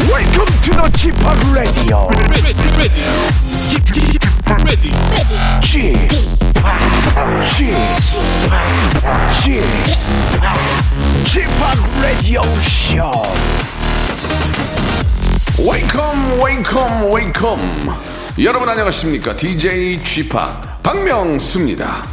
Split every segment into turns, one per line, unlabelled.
to the Chip Radio.
ready, ready, Keep- keep- keep ready.
Chip, Chip, Chip, Chip Radio Show.
웨이컴 웨이컴 웨이컴 여러분 안녕하십니까 DJ 쥐파 박명수입니다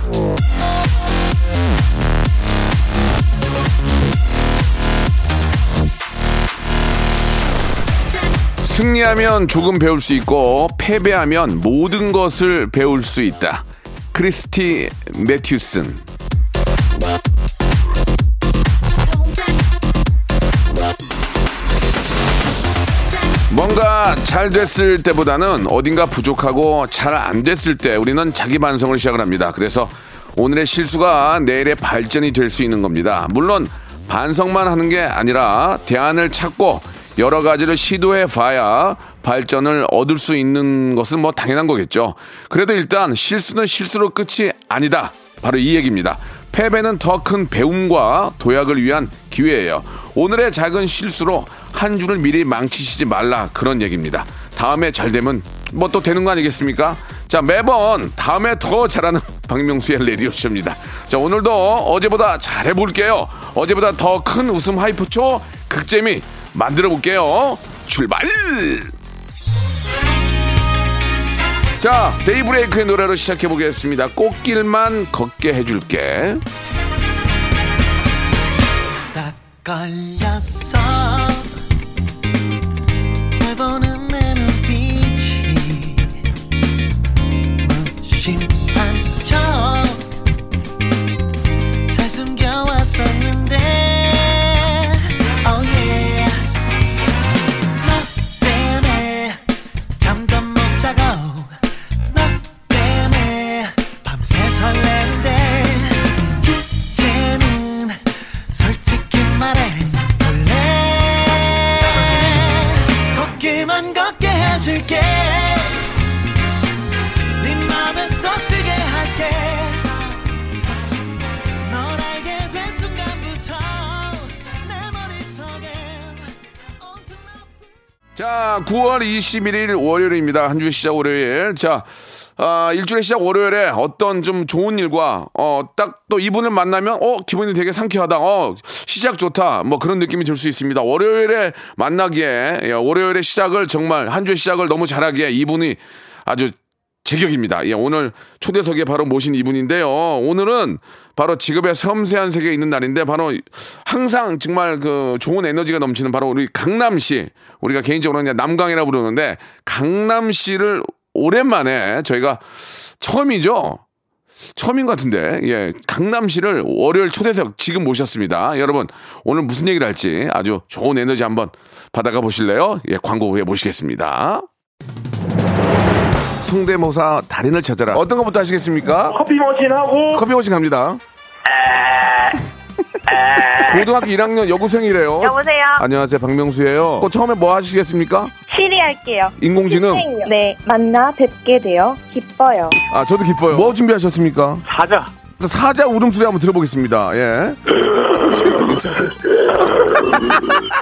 승리하면 조금 배울 수 있고 패배하면 모든 것을 배울 수 있다 크리스티 매튜슨 뭔가 잘 됐을 때보다는 어딘가 부족하고 잘 안 됐을 때 우리는 자기 반성을 시작을 합니다. 그래서 오늘의 실수가 내일의 발전이 될 수 있는 겁니다. 물론 반성만 하는 게 아니라 대안을 찾고 여러 가지를 시도해 봐야 발전을 얻을 수 있는 것은 뭐 당연한 거겠죠. 그래도 일단 실수는 실수로 끝이 아니다. 바로 이 얘기입니다. 패배는 더 큰 배움과 도약을 위한 기회예요. 오늘의 작은 실수로 한 주를 미리 망치시지 말라 그런 얘기입니다. 다음에 잘 되면 뭐 또 되는 거 아니겠습니까? 자 매번 다음에 더 잘하는 박명수의 레디오쇼입니다. 자 오늘도 어제보다 잘해볼게요. 어제보다 더 큰 웃음 하이퍼초 극재미 만들어볼게요. 출발! 자, 데이브레이크의 노래로 시작해 보겠습니다. 꽃길만 걷게 해줄게.
딱 걸렸어 널 보는 내 눈빛이 무심한 척잘 숨겨왔었는데 oh yeah 너 때문에 잠도 못 자고 너 때문에 밤새 설레는데 이제는 솔직히 말해 원래 걷길만 걷게 해줄게 네 맘에 서투게 할게 널 알게 된 순간부터 내 머릿속에 온통 너뿐
자, 9월 21일 월요일입니다. 한 주 시작 월요일. 자, 아, 일주일의 시작 월요일에 어떤 좀 좋은 일과, 어, 딱 또 이분을 만나면, 어, 기분이 되게 상쾌하다. 어, 시작 좋다. 뭐 그런 느낌이 들 수 있습니다. 월요일에 만나기에, 예, 월요일의 시작을 정말 한 주의 시작을 너무 잘하기에 이분이 아주 제격입니다. 예, 오늘 초대석에 바로 모신 이분인데요. 오늘은 바로 직업의 섬세한 세계에 있는 날인데 바로 항상 정말 그 좋은 에너지가 넘치는 바로 우리 강남시 우리가 개인적으로 그냥 남강이라 부르는데 강남시를 오랜만에 저희가 처음이죠. 처음인 것 같은데 예 강남시를 월요일 초대석 지금 모셨습니다 여러분 오늘 무슨 얘기를 할지 아주 좋은 에너지 한번 받아가 보실래요 예 광고 후에 모시겠습니다 성대모사 달인을 찾아라 어떤 것부터 하시겠습니까
커피 머신 하고
커피 오신 갑니다 고등학교 1학년 여고생이래요
여보세요.
안녕하세요 박명수예요 어, 처음에 뭐 하시겠습니까
시리 할게요.
인공지능
네, 만나 뵙게 되어 기뻐요.
아 저도 기뻐요 뭐 준비하셨습니까
사자.
사자 울음소리 한번 들어보겠습니다. 예.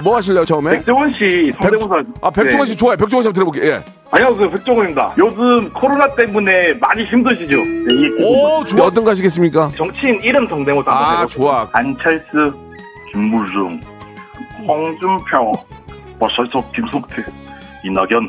뭐 하실래요 처음에?
백종원 씨 성대모사. 네.
아 백종원 씨 좋아요. 백종원 씨 한번 들어볼게요. 예.
안녕하세요 백종원입니다. 요즘 코로나 때문에 많이 힘드시죠? 네, 이게
오 좋아. 어떤 거 하시겠습니까?
정치인 이름 성대모사 한번
아
해볼게요.
좋아.
안철수, 김무중, 홍준표, 버섯석 김성태, 이낙연.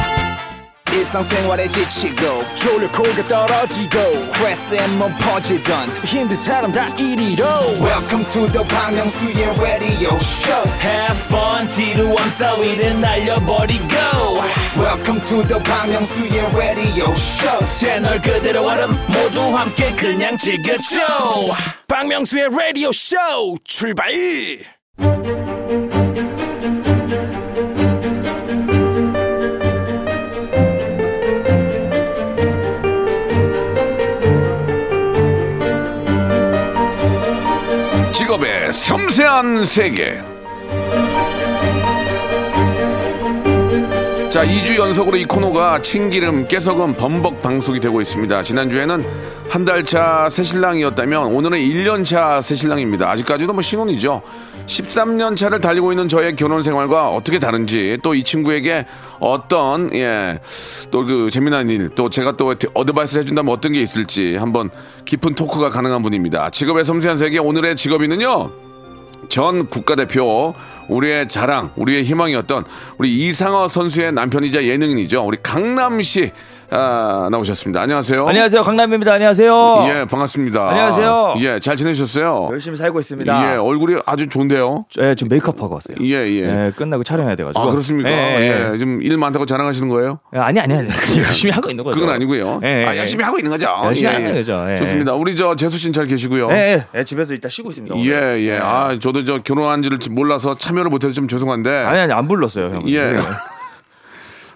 일상생활에 지치고, 졸려 코가 떨어지고, 스트레스에 몸 퍼지던, 힘든 사람 다 이리로. welcome to the Bang Myung-soo's radio show
Have fun 지루함 따위를 날려버리고
welcome to the Bang Myung-soo's radio show
채널 그대로 얼음 모두 함께 그냥 즐겨줘
박명수의 라디오 쇼 출발
직업의 섬세한 세계. 자, 2주 연속으로 이 코너가 참기름, 깨소금, 범벅 방송이 되고 있습니다. 지난주에는 한 달 차 새신랑이었다면 오늘은 1년 차 새신랑입니다. 아직까지도 뭐 신혼이죠. 13년 차를 달리고 있는 저의 결혼 생활과 어떻게 다른지 또 이 친구에게 어떤 예 또 그 재미난 일 또 제가 또 어드바이스를 해준다면 어떤 게 있을지 한번 깊은 토크가 가능한 분입니다. 직업의 섬세한 세계 오늘의 직업인은요. 전 국가대표 우리의 자랑 우리의 희망이었던 우리 이상어 선수의 남편이자 예능인이죠 우리 강남씨 아, 나오셨습니다 안녕하세요
안녕하세요 강남입니다. 안녕하세요.
예 반갑습니다
안녕하세요.
예잘 지내셨어요
열심히 살고 있습니다.
예 얼굴이 아주 좋은데요
예, 지금 메이크업하고 왔어요.
예예
예, 끝나고 촬영해야 돼가지고.
아 그렇습니까
예,
예,
예.
지금 일 많다고 자랑하시는 거예요
예, 아니 아니 아니 열심히 하고 있는 거죠.
그건 아니고요
예, 예,
아
예.
열심히 하고 있는 거죠
열심히 하는 거죠. 예,
좋습니다 우리 저 재수 씨는 잘 계시고요
예, 예, 예, 집에서 일단 쉬고 있습니다. 오늘.
예, 예. 아, 저도 저 결혼한 지를 몰라서 참여를 못해서 좀 죄송한데.
아니 아니 안 불렀어요 형.
예.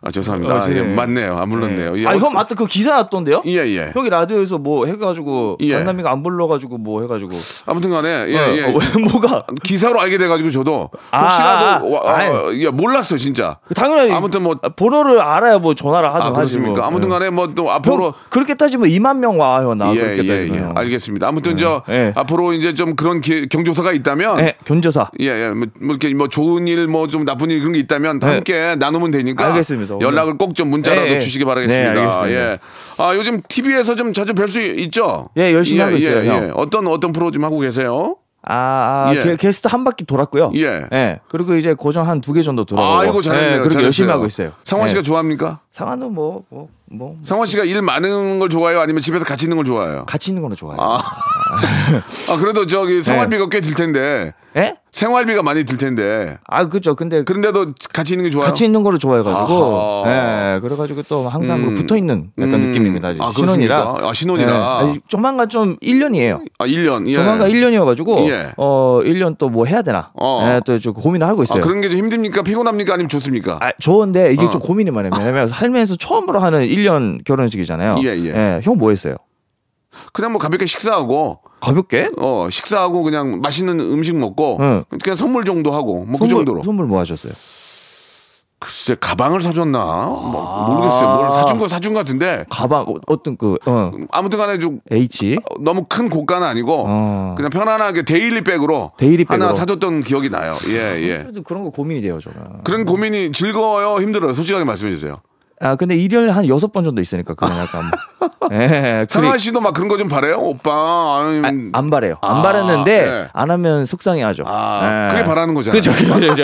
아 죄송합니다.
어, 예.
예, 맞네요. 안 불렀네요. 예.
아형 맞다 그 기사 났던데요?
예, 예.
형이 라디오에서 뭐 해가지고
예.
강남이가 안 불러가지고 뭐 해가지고.
아무튼간에 예,
어,
예.
어, 왜, 뭐가
기사로 알게 돼가지고 저도
아,
혹시라도
아,
와- 아,
아이. 그
예, 몰랐어요 진짜.
당연히
아무튼 뭐-
번호를 알아야 뭐 전화를 하든
아
하지 뭐.
그렇습니까? 아무튼간에 뭐 또
예. 형,
앞으로
그렇게 따지면 2만 명 와, 형. 나
예,
그렇게
예,
따지면.
예. 알겠습니다. 아무튼 저
예.
앞으로 이제 좀 그런 기- 경조사가 있다면.
예, 견조사.
예, 예, 뭐, 뭐 이렇게 뭐 좋은 일, 뭐 좀 나쁜 일 그런 게 있다면
네.
함께 나누면 되니까
알겠습니다. 오늘-
연락을 꼭 좀 문자라도
예, 예.
주시기 바라겠습니다.
네, 알겠습니다.
예, 아 요즘 TV에서 좀 자주 뵐 수 있죠?
예, 열심히 하고 있어요,
예,
형.
예. 어떤 어떤 프로 좀 하고 계세요?
아, 아
예.
게, 스트한 바퀴 돌았고요.
예.
그리고 이제 고정 한 두 개 정도 돌아오고.
아이고 잘했네요.
예, 그렇게
잘했어요.
열심히 하고 있어요.
상원 씨가
예.
좋아합니까?
상환은 뭐, 뭐, 뭐
상원 씨가 일 많은 걸 좋아해요? 아니면 집에서 같이 있는 걸 좋아해요?
같이 있는 거는 좋아요.
아, 아, 그래도
네.
저기 생활비가 꽤 들 텐데
예?
생활비가 많이 들 텐데
아, 그죠. 근데
그런데도 같이 있는 게 좋아요?
같이 있는 거를 좋아해가지고.
아하.
예. 그래가지고 또 항상
음.
붙어 있는 약간
음.
느낌입니다. 지금
아,
신혼이라. 네, 예.
그렇습니까? 아, 신혼이라.
아니, 조만간 좀 1년이에요.
아 1년. 예.
조만간 1년이어가지고.
예.
어, 1년 또 뭐 해야 되나.
어.
예, 또좀 고민을 하고
아,
있어요.
그런 게 좀 힘듭니까? 피곤합니까? 아니면 좋습니까?
아, 좋은데 이게
어.
좀 고민이 많아요. 왜냐면 살면서 처음으로 하는 1년 결혼식이잖아요.
예, 예.
형 뭐 했어요?
그냥 뭐 가볍게 식사하고
가볍게?
어 식사하고 그냥 맛있는 음식 먹고
응.
그냥 선물 정도 하고 뭐 그
선물,
정도로
선물 뭐 하셨어요?
글쎄 가방을 사줬나 뭐 모르겠어요
아.
뭘 사준 거 사준 거 같은데
가방 어, 어떤 그 어,
아무튼간에 좀
H
너무 큰 고가는 아니고
어.
그냥 편안하게 데일리 백으로
데일리 백으로.
하나 사줬던 기억이 나요 예예
그래도 그런 거 고민이 돼요, 저는.
그런 고민이 즐거워요 힘들어요 솔직하게 말씀해 주세요
아 근데 일년에 한 여섯 번 정도 있으니까 그런 약간 뭐. 예,
상하
그리-
씨도 막 그런 거 좀 바래요 오빠 아니,
아, 안 바래요. 안
아,
바랐는데
예.
안 하면 속상해하죠.
아,
예.
그게 바라는 거잖아요.
그죠, 그죠, 그죠.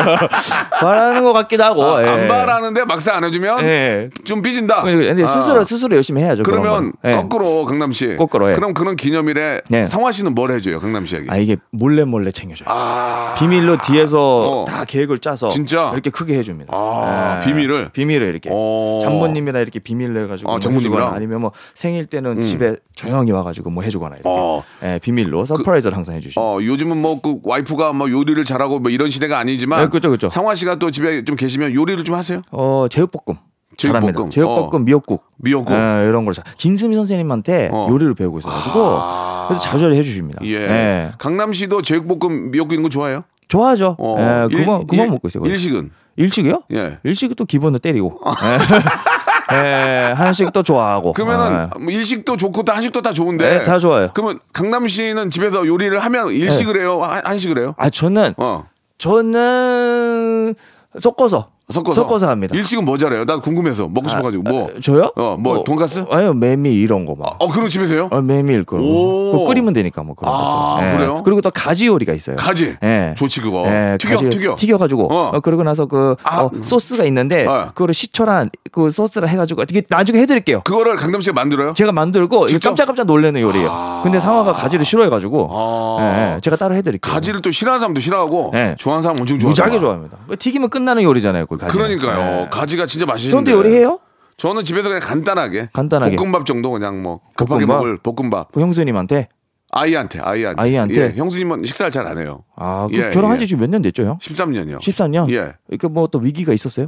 바라는 것 같기도 하고.
아,
예.
안 바라는데 막상 안 해주면
예.
좀 삐진다
근데 스스로
아.
스스로 열심히 해야죠. 그런
그러면
건. 예.
거꾸로 강남 씨.
거꾸로, 예.
그럼 그런 기념일에
예.
상화 씨는 뭘 해줘요 강남 씨에게?
아 이게 몰래 몰래 챙겨줘요.
아,
비밀로 뒤에서
어.
다 계획을 짜서
진짜?
이렇게 크게 해줍니다. 예.
아, 비밀을?
비밀을 이렇게
어.
장모님이나 이렇게 비밀로 해가지고
아,
뭐
장모님이랑? 음.
해주거나 아니면 뭐 생일 때는 집에 조용히 와가지고 뭐 해주거나 이렇게
어.
예, 비밀로 서프라이즈를 항상 해주시죠.
어 요즘은 뭐 그 와이프가 뭐 요리를 잘하고 뭐 이런 시대가 아니지만
예, 그죠, 그죠.
상화 씨가 또 집에 좀 계시면 요리를 좀 하세요?
어, 제육볶음.
제육볶음.
잘합니다. 제육볶음,
어.
미역국.
미역국.
예, 이런 걸 잘. 김수미 선생님한테
어.
요리를 배우고 있어가지고
아.
그래서 자주 해주십니다.
예. 강남 씨도 제육볶음 미역국 이런 거 좋아해요?
좋아하죠.
어.
예,
일-
그만 그만
일-
먹고 있어요. 거의.
일식은
일찍이요?
예.
일찍이 또 기본을 때리고. 예. 예, 한식 또 좋아하고.
그러면은 네.
예.
뭐 일식도 좋고 다 한식도 다 좋은데
예, 다 좋아요.
그러면 강남 씨는 집에서 요리를 하면 일식을
예.
해요, 한- 한식을 해요?
아 저는
어.
저는 섞어서
섞어서
합니다.
일식은 뭐 잘해요? 나 궁금해서 먹고 싶어가지고 뭐
아, 저요?
어, 뭐 돈가스?
아니요 메밀 이런 거 막.
어 그런 집에서요?
어, 메밀 그런
오.
거. 그거 끓이면 되니까 뭐 그런
아,
것들.
그래요?
그리고 또 가지 요리가 있어요.
가지.
예.
좋지 그거.
예,
튀겨
가지를
튀겨.
튀겨가지고
어.
어, 그러고 나서 그
아.
어, 소스가 있는데
어.
그거를 시초랑 그 소스랑 해가지고 이게 나중에 해드릴게요.
그거를 강남 씨가 만들어요?
제가 만들고 이거
직접?
깜짝깜짝 놀래는 요리예요. 근데 상화가 가지를 싫어해가지고
아.
예, 예, 제가 따로 해드릴게요.
가지를 또 싫어하는 사람도 싫어하고
예.
좋아하는 사람 엄청 좋아.
무지하게 좋아합니다. 그 튀기면 끝나는 요리잖아요. 그 가지.
그러니까요. 가지가 진짜 맛있는데.
형도 요리해요?
저는 집에서 그냥 간단하게.
간단하게.
볶음밥 정도 그냥 뭐 급하게
볶음밥?
먹을 볶음밥.
그 형수님한테
아이한테 아이한테.
아이한테?
예, 형수님은 식사를 잘 안 해요.
아, 그
예,
결혼한 지
예.
지금 몇 년그 됐죠, 형?
13년이요.
13년?
예.
이렇게 뭐 또 위기가 있었어요?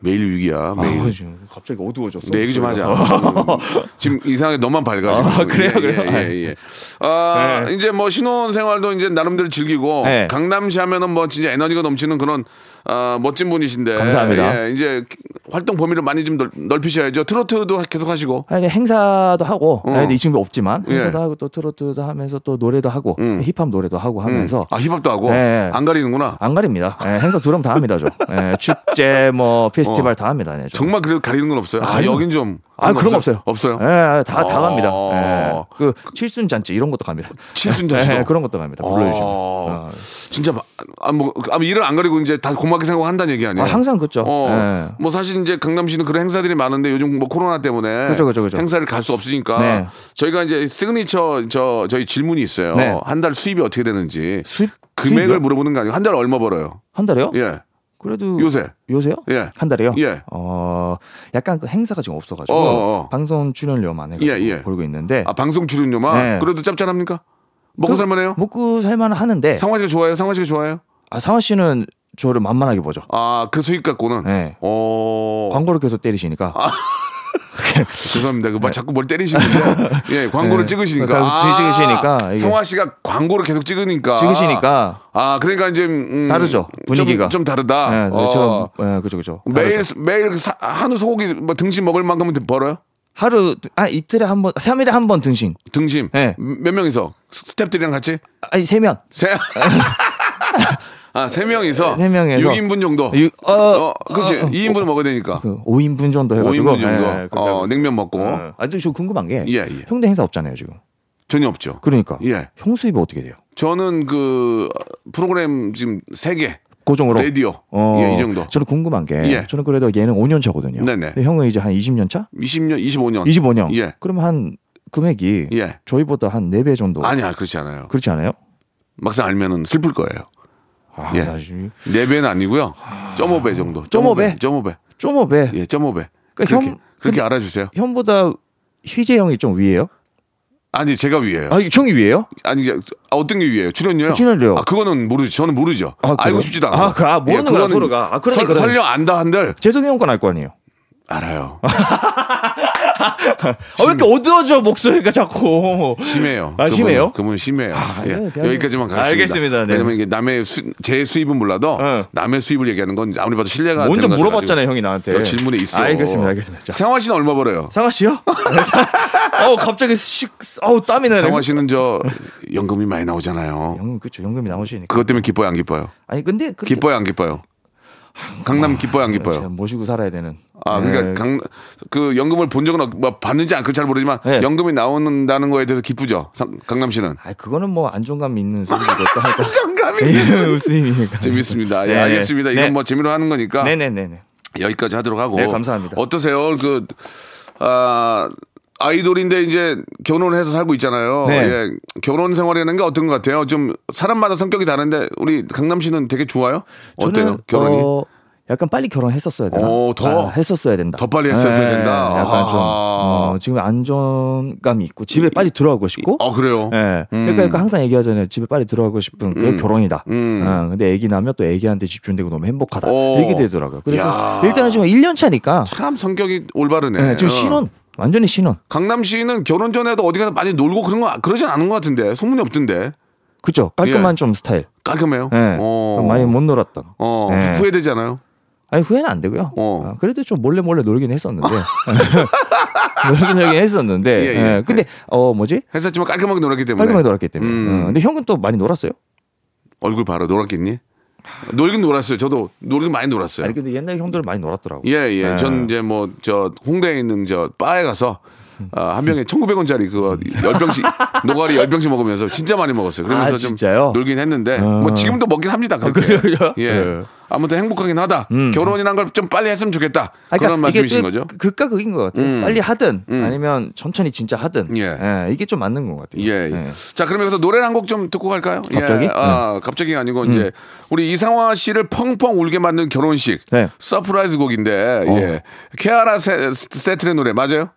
매일 6이야. 매일.
아, 지금 갑자기 어두워졌어.
내 네. 얘기 좀 하자.
어.
지금 이상하게 너만 밝아. 지금.
아, 그래요,
예,
그래요?
예, 예, 예. 아,
네.
이제 뭐 신혼 생활도 이제 나름대로 즐기고
네.
강남시 하면은 뭐 진짜 에너지가 넘치는 그런 아, 멋진 분이신데.
감사합니다.
예, 이제 활동 범위를 많이 좀 넓, 넓히셔야죠. 트로트도 계속 하시고.
아니, 근데 행사도 하고
어.
아니, 근데 이 친구 없지만
예.
행사도 하고 또 트로트도 하면서 또 노래도 하고
음.
힙합 노래도 하고 하면서
아, 힙합도 하고.
네.
안 가리는구나.
안 가립니다. 예, 행사 두름 다 합니다, 저. 예, 축제
어.
뭐 페스티벌 다 합니다, 네, 저.
정말 그래도 가리는 건 없어요. 아,
아니요.
여긴 좀.
아 그런 거 없어요.
없어요.
예, 다다
어.
갑니다. 예. 그 칠순 잔치 이런 것도 갑니다.
칠순 잔치도? 아,
예, 그런 것도 갑니다. 불러주시면. 어.
진짜 마- 아, 뭐, 아, 일을 안 가리고 이제 다 고맙게 생각한다는 얘기 아니에요?
아, 항상 그죠.
어,
예.
뭐 사실 이제 강남시는 그런 행사들이 많은데 요즘 뭐 코로나 때문에
그죠, 그죠, 그죠.
행사를 갈 수 없으니까
네.
저희가 이제 시그니처 저 저희 질문이 있어요.
네.
한 달 수입이 어떻게 되는지
수입
금액을
수입이요?
물어보는 거 아니고 한 달에 얼마 벌어요?
한 달에요?
예,
그래도
요새
요새요?
예,
한 달에요?
예.
어, 약간 그 행사가 지금 없어가지고
어, 어, 어.
방송 출연료만 해가지고
예, 예.
벌고 있는데
아 방송 출연료만
네. 그 뭐,
그래도 짭짤합니까? 먹고 살만해요?
먹고 살만 하는데
상화 씨가 좋아요? 상화 씨가 좋아요?
아, 상화 씨는 저를 만만하게 보죠.
아, 그 수익 갖고는
네.
어. 아,
광고를 계속 때리시니까
죄송합니다. 그막 뭐 자꾸 뭘 때리시는데. 예, 광고를
네.
찍으시니까. 아,
그러니까 찍으시니까 이게.
성화 씨가 광고를 계속 찍으니까.
찍으시니까
아, 그러니까 이제 음,
다르죠,
좀-
분위기가.
좀, 다르다.
예,
어,
저는 예, 그죠 그죠.
매일
다르죠.
매일 사- 한우 소고기 뭐 등심 먹을 만큼은 벌어요?
하루 아 이틀에 한 번, 3일에 한 번 등심.
등심.
네.
몇 명이서 스탭들이랑 같이
아니 세 명.
세. 아, 세 명이서
세 명에서.
6인분 정도.
육- 어,
어, 그렇지.
어, 어.
2인분 먹어야 되니까.
그 5인분 정도 해 가지고 예, 네,
5인분 정도. 어, 냉면 먹고.
아, 근데 저 궁금한 게
예, 예.
형도 행사 없잖아요, 지금.
전혀 없죠.
그러니까.
예.
형 수입이 어떻게 돼요?
저는 그 프로그램 지금 세 개.
고정으로
라디오.
어,
예, 이 정도.
저는 궁금한 게
예.
저는 그래도 얘는 5년 차거든요.
네네.
근데 형은 이제 한 20년 차?
20년, 25년.
25년.
예.
그러면 한 금액이
예.
저희보다 한 4배 정도.
아니야, 그렇지 않아요.
그렇지 않아요?
막상 알면은 슬플 거예요.
아,
예.
나 지금
네 배는 아니고요. 점오 배 정도.
점오 배?
점오 배.
좀 어배.
예, 점오 배.
그러니까
그렇게
형-
그렇게 알아주세요.
형보다 휘재 형이 좀 위에요?
아니 제가 위에요.
아, 형이 위에요?
아니 이제 아, 어떤 게 위에요? 출연료요?
출연료.
아 그거는 모르죠. 저는 모르죠.
아, 그래요?
알고 싶지도 않고.
아, 그- 아, 모르는 거야, 서로가. 아, 그러네,
설-
그러네.
설령 안다 한들
재석이 형 건 알 거 아니에요.
알아요.
아, 왜 이렇게 어두워져 목소리가 자꾸.
심해요.
아,
그분은-
심해요?
그분은 심해요.
아,
예,
네, 그냥-
여기까지만 가겠습니다.
알겠습니다. 네.
왜냐면 이게 남의 수, 제 수입은 몰라도
어.
남의 수입을 얘기하는 건 아무리 봐도 신뢰가
먼저
되는 것
물어봤잖아요,
같아가지고.
형이 나한테.
너 질문에 있어.
알겠습니다, 알겠습니다. 자.
생화 씨는 얼마 벌어요?
상아 씨요? 어 갑자기 씩 어우 땀이 나네.
생화 씨는 저 연금이 많이 나오잖아요.
영 그쵸 연금이 나오시니까.
그것 때문에 기뻐요, 안 기뻐요?
아니 근데 그렇게-
기뻐요, 안 기뻐요? 강남 기뻐요, 안
제가
기뻐요?
모시고 살아야 되는.
아,
예.
그러니까 강 그 연금을 본 적은 없, 뭐 받는지 안 그잘 모르지만
네.
연금이 나온다는 거에 대해서 기쁘죠. 상- 강남 씨는
아 그거는 뭐 안정감 있는 소리겠다.
장감이
웃음이니까.
재밌습니다. 예,
네.
알겠습니다. 이건
네.
뭐 재미로 하는 거니까
네네네네.
여기까지 하도록 하고.
네, 감사합니다.
어떠세요? 그, 아, 아이돌인데 이제 결혼을 해서 살고 있잖아요.
네.
예, 결혼 생활이라는 게 어떤 것 같아요? 좀 사람마다 성격이 다른데 우리 강남 씨는 되게 좋아요? 어때요?
저는,
결혼이?
어, 약간 빨리 결혼했었어야 되나?
어, 더?
아, 했었어야 된다.
더 빨리 했었어야
예,
된다?
약간
아하.
좀 어, 지금 안정감이 있고 집에 빨리 들어가고 싶고.
어, 그래요?
예.
음.
그러니까, 그러니까 항상 얘기하잖아요. 집에 빨리 들어가고 싶은 그게 결혼이다.
음.
어, 근데 애기 나면 또 애기한테 집중되고 너무 행복하다.
오.
이렇게 되더라고요. 그래서
야.
일단은 지금 1년 차니까
참 성격이 올바르네.
예, 지금
어.
신혼 완전히 신혼.
강남 씨는 결혼 전에도 어디 가서 많이 놀고 그런 거 그러진 않은 것 같은데 소문이 없던데
그죠? 깔끔한
예.
좀 스타일.
깔끔해요.
예.
어.
많이 못 놀았던.
어,
예.
후회되지 않아요?
아니 후회는 안 되고요.
어.
아, 그래도 좀 몰래 몰래 놀긴 했었는데. 놀긴 하긴 했었는데.
예, 예.
예, 근데 어 뭐지?
했었지만 깔끔하게 놀았기 때문에
깔끔하게 놀았기 때문에.
음.
어, 근데 형은 또 많이 놀았어요.
얼굴 바로 놀았겠니? 놀긴 놀았어요. 저도 놀긴 많이 놀았어요.
아니 근데 옛날 형들은 많이 놀았더라고.
예, 예. 전 이제 뭐 저 홍대에 있는 저 바에 가서 아, 한 병에 1,900원짜리 그거 10병씩 노가리 10병씩 먹으면서 진짜 많이 먹었어요. 그러면서
아,
좀
진짜요?
놀긴 했는데 뭐 지금도 먹긴 합니다.
아,
그렇게.
그래요?
예.
네.
아무튼 행복하긴 하다.
음.
결혼이란 걸 좀 빨리 했으면 좋겠다.
아,
그런
이게
말씀이신
그-
거죠?
그- 극과 극인 것 같아요.
음.
빨리 하든
음.
아니면 천천히 진짜 하든.
예.
예, 이게 좀 맞는 것 같아요.
예. 예. 자, 그러면 여기서 노래를 한 곡 좀 듣고 갈까요?
네. 갑자기? 네.
예.
음.
아, 갑자기 아니고 이제 우리 이상화 씨를 펑펑 울게 만든 결혼식
네. 어.
서프라이즈 곡인데 예. 케아라 세, 세트의 노래 맞아요?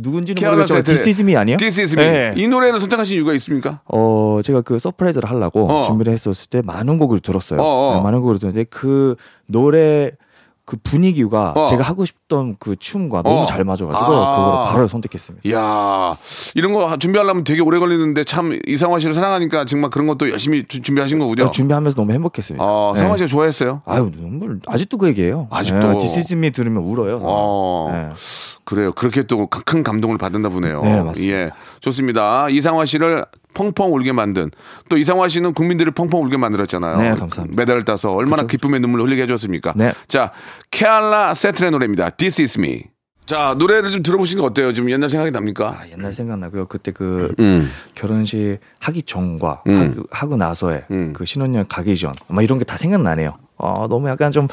누군지는
케아라
모르겠지만
세트.
디스 이즈 미 아니에요?
This is me.
예.
이 노래를 선택하신 이유가 있습니까?
어 제가 그 서프라이즈를 하려고
어.
준비를 했었을 때 많은 곡을 들었어요.
어, 어.
네, 많은 곡을 들었는데 그 노래 그 분위기가
어.
제가 하고 싶던 그 춤과 너무
어.
잘 맞아가지고
아.
그걸 바로 선택했습니다.
이야 이런 거 준비하려면 되게 오래 걸리는데 참 이상화 씨를 사랑하니까 정말 그런 것도 열심히 주- 준비하신 거군요.
어, 준비하면서 너무 행복했습니다.
어,
네.
상화 씨가 좋아했어요.
아유 눈물 아직도 그 얘기예요.
아직도.
디스즈미 들으면 울어요.
어.
네.
그래요. 그렇게 또 큰 감동을 받았나 보네요.
네, 맞습니다.
예. 좋습니다. 이상화 씨를 펑펑 울게 만든 또 이상화 씨는 국민들을 펑펑 울게 만들었잖아요.
네, 감사합니다. 그렇죠.
메달을 따서 얼마나 기쁨의 눈물을 흘리게 해줬습니까?
네.
자, 케알라 세트의 노래입니다. This is me. 자, 노래를 좀 들어보시는 게 어때요? 지금 옛날 생각이 납니까?
아, 옛날 생각나고요. 그때 그
음.
결혼식 하기 전과
음.
하고, 하고 나서의
음.
그 신혼여행 가기 전, 막 이런 게 다 생각나네요. 어, 너무 약간 좀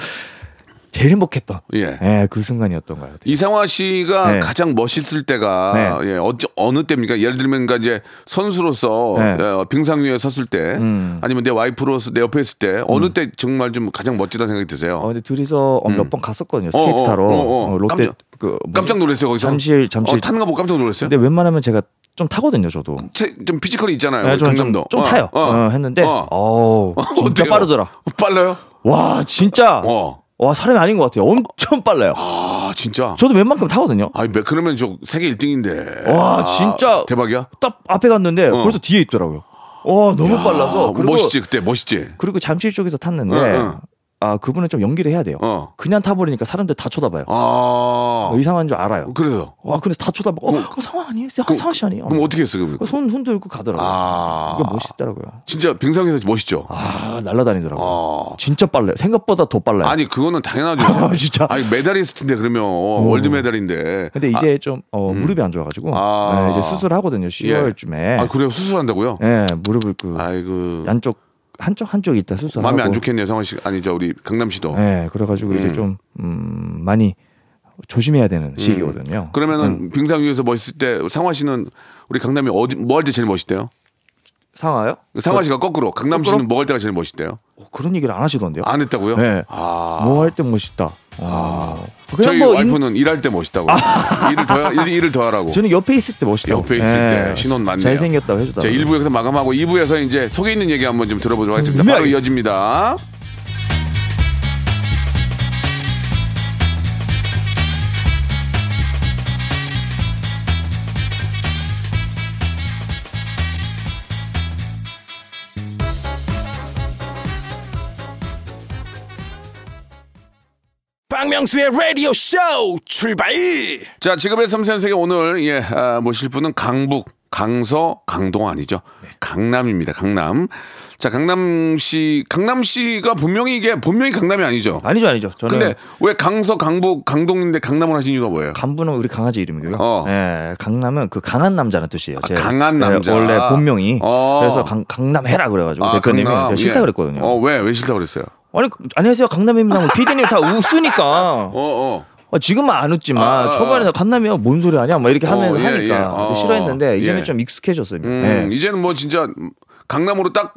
제일 행복했던,
예.
예, 그 순간이었던 것 같아요.
이상화 씨가
네.
가장 멋있을 때가 예, 어째, 어느 때입니까? 예를 들면 그러니까 이제 선수로서
네.
어, 빙상 위에 섰을 때
음.
아니면 내 와이프로서 내 옆에 있을 때 어느 때 정말 좀 가장 멋지다 생각이 드세요?
어, 근데 둘이서 몇 번 갔었거든요.
어,
스케이트
어,
타러
어, 어.
어, 롯데
깜짝-
그 뭐지? 네.
깜짝 놀랐어요 거기서
잠실 잠실.
어, 타는 거 보고 깜짝 놀랐어요.
근데 웬만하면 제가 좀 타거든요, 저도.
채- 좀 피지컬이 있잖아요.
네, 저는 좀-
경남도
좀,
어,
타요.
어.
어, 했는데,
어.
어우, 진짜
어때요?
빠르더라.
빨라요?
와, 진짜.
어.
와, 사람이 아닌 것 같아요. 엄청 빨라요.
아 진짜.
저도 웬만큼 타거든요.
아니 매- 그러면 저 세계 1등인데. 아,
와, 진짜.
대박이야.
딱 앞에 갔는데
어.
벌써 뒤에 있더라고요. 와 너무
아,
빨라서 그리고
멋있지 그때 멋있지.
그리고 잠실 쪽에서 탔는데
응, 응.
아 그분은 좀 연기를 해야 돼요.
어.
그냥 타버리니까 사람들 다 쳐다봐요.
아
어, 이상한 줄 알아요.
그래서
와 근데 다 쳐다보고 어, 그 상황 아니에요? 그, 상황 씨 아니에요?
그럼 어떻게 했어 그럼?
어, 손 흔들고 가더라고요.
아.
그거 멋있더라고요.
진짜 빙상에서 멋있죠.
아 네. 날라다니더라고요.
아.
진짜 빨라요. 생각보다 더 빨라요.
아니 그거는 당연하죠.
아, 진짜.
아니 메달리스트인데 그러면 월드 메달인데.
근데 이제 좀 어, 무릎이 안 좋아가지고
음. 아.
네, 이제 수술하거든요. 10월쯤에
아, 아 그래요 수술한다고요?
무릎을 그
아이고.
양쪽 한쪽 한쪽 있다 수술하고
마음이 안 좋겠네요 상화 씨. 아니 저 우리 강남 씨도.
뭐. 네, 그래가지고 이제 좀 음, 많이 조심해야 되는 시기거든요.
음.
음,
그러면은 빙상 위에서 멋있을 때 상화 씨는 우리 강남이 어디 뭐 할 때 제일 멋있대요?
상하요? 어,
상화 씨가 거꾸로 강남 씨는 뭐 할 때가 제일 멋있대요?
그런 얘기를 안 하시던데요.
안 했다고요?
네.
아.
뭐 할 때 멋있다. 아. 그냥
저희
뭐 인-
와이프는 일할 때 멋있다고. 일을 더 일, 일을 더 하라고.
저는 옆에 있을 때 멋있다.
옆에 있을 때 신혼 맞네요.
잘생겼다고 해주다.
자, 1부 여기서 마감하고 2부에서 이제 속에 있는 얘기 한번 좀 들어보도록 하겠습니다.
네,
바로
알겠습니다.
이어집니다.
박명수의 라디오 쇼 출발
자, 지금의 섬세한 세계 오늘 예, 아, 모실 분은 강북, 강서, 강동 아니죠?
네.
강남입니다. 강남. 자, 강남시 강남시가 분명히 이게 본명이 강남이 아니죠.
아니죠, 아니죠. 저는
근데 왜 강서, 강북, 강동인데 강남을 하신 이유가 뭐예요?
강부는 우리 강아지 이름이고요.
어.
예, 강남은 그 강한 남자는 뜻이에요.
아, 강한 남자.
예, 원래 본명이
어.
그래서 강, 강남 해라 그래가지고
아,
대표님이
강남.
제가 싫다
예.
그랬거든요.
어, 왜? 왜 싫다 그랬어요?
아니 그- 안녕하세요 강남입니다. 하면 피디님 다 웃으니까
어, 어.
어, 지금은 안 웃지만
아, 아,
초반에
아.
간남이야 뭔 소리 하냐 막 이렇게 하면서
예,
하니까
예. 어,
싫어했는데 이제는
예.
좀 익숙해졌습니다.
음,
예.
이제는 뭐 진짜 강남으로 딱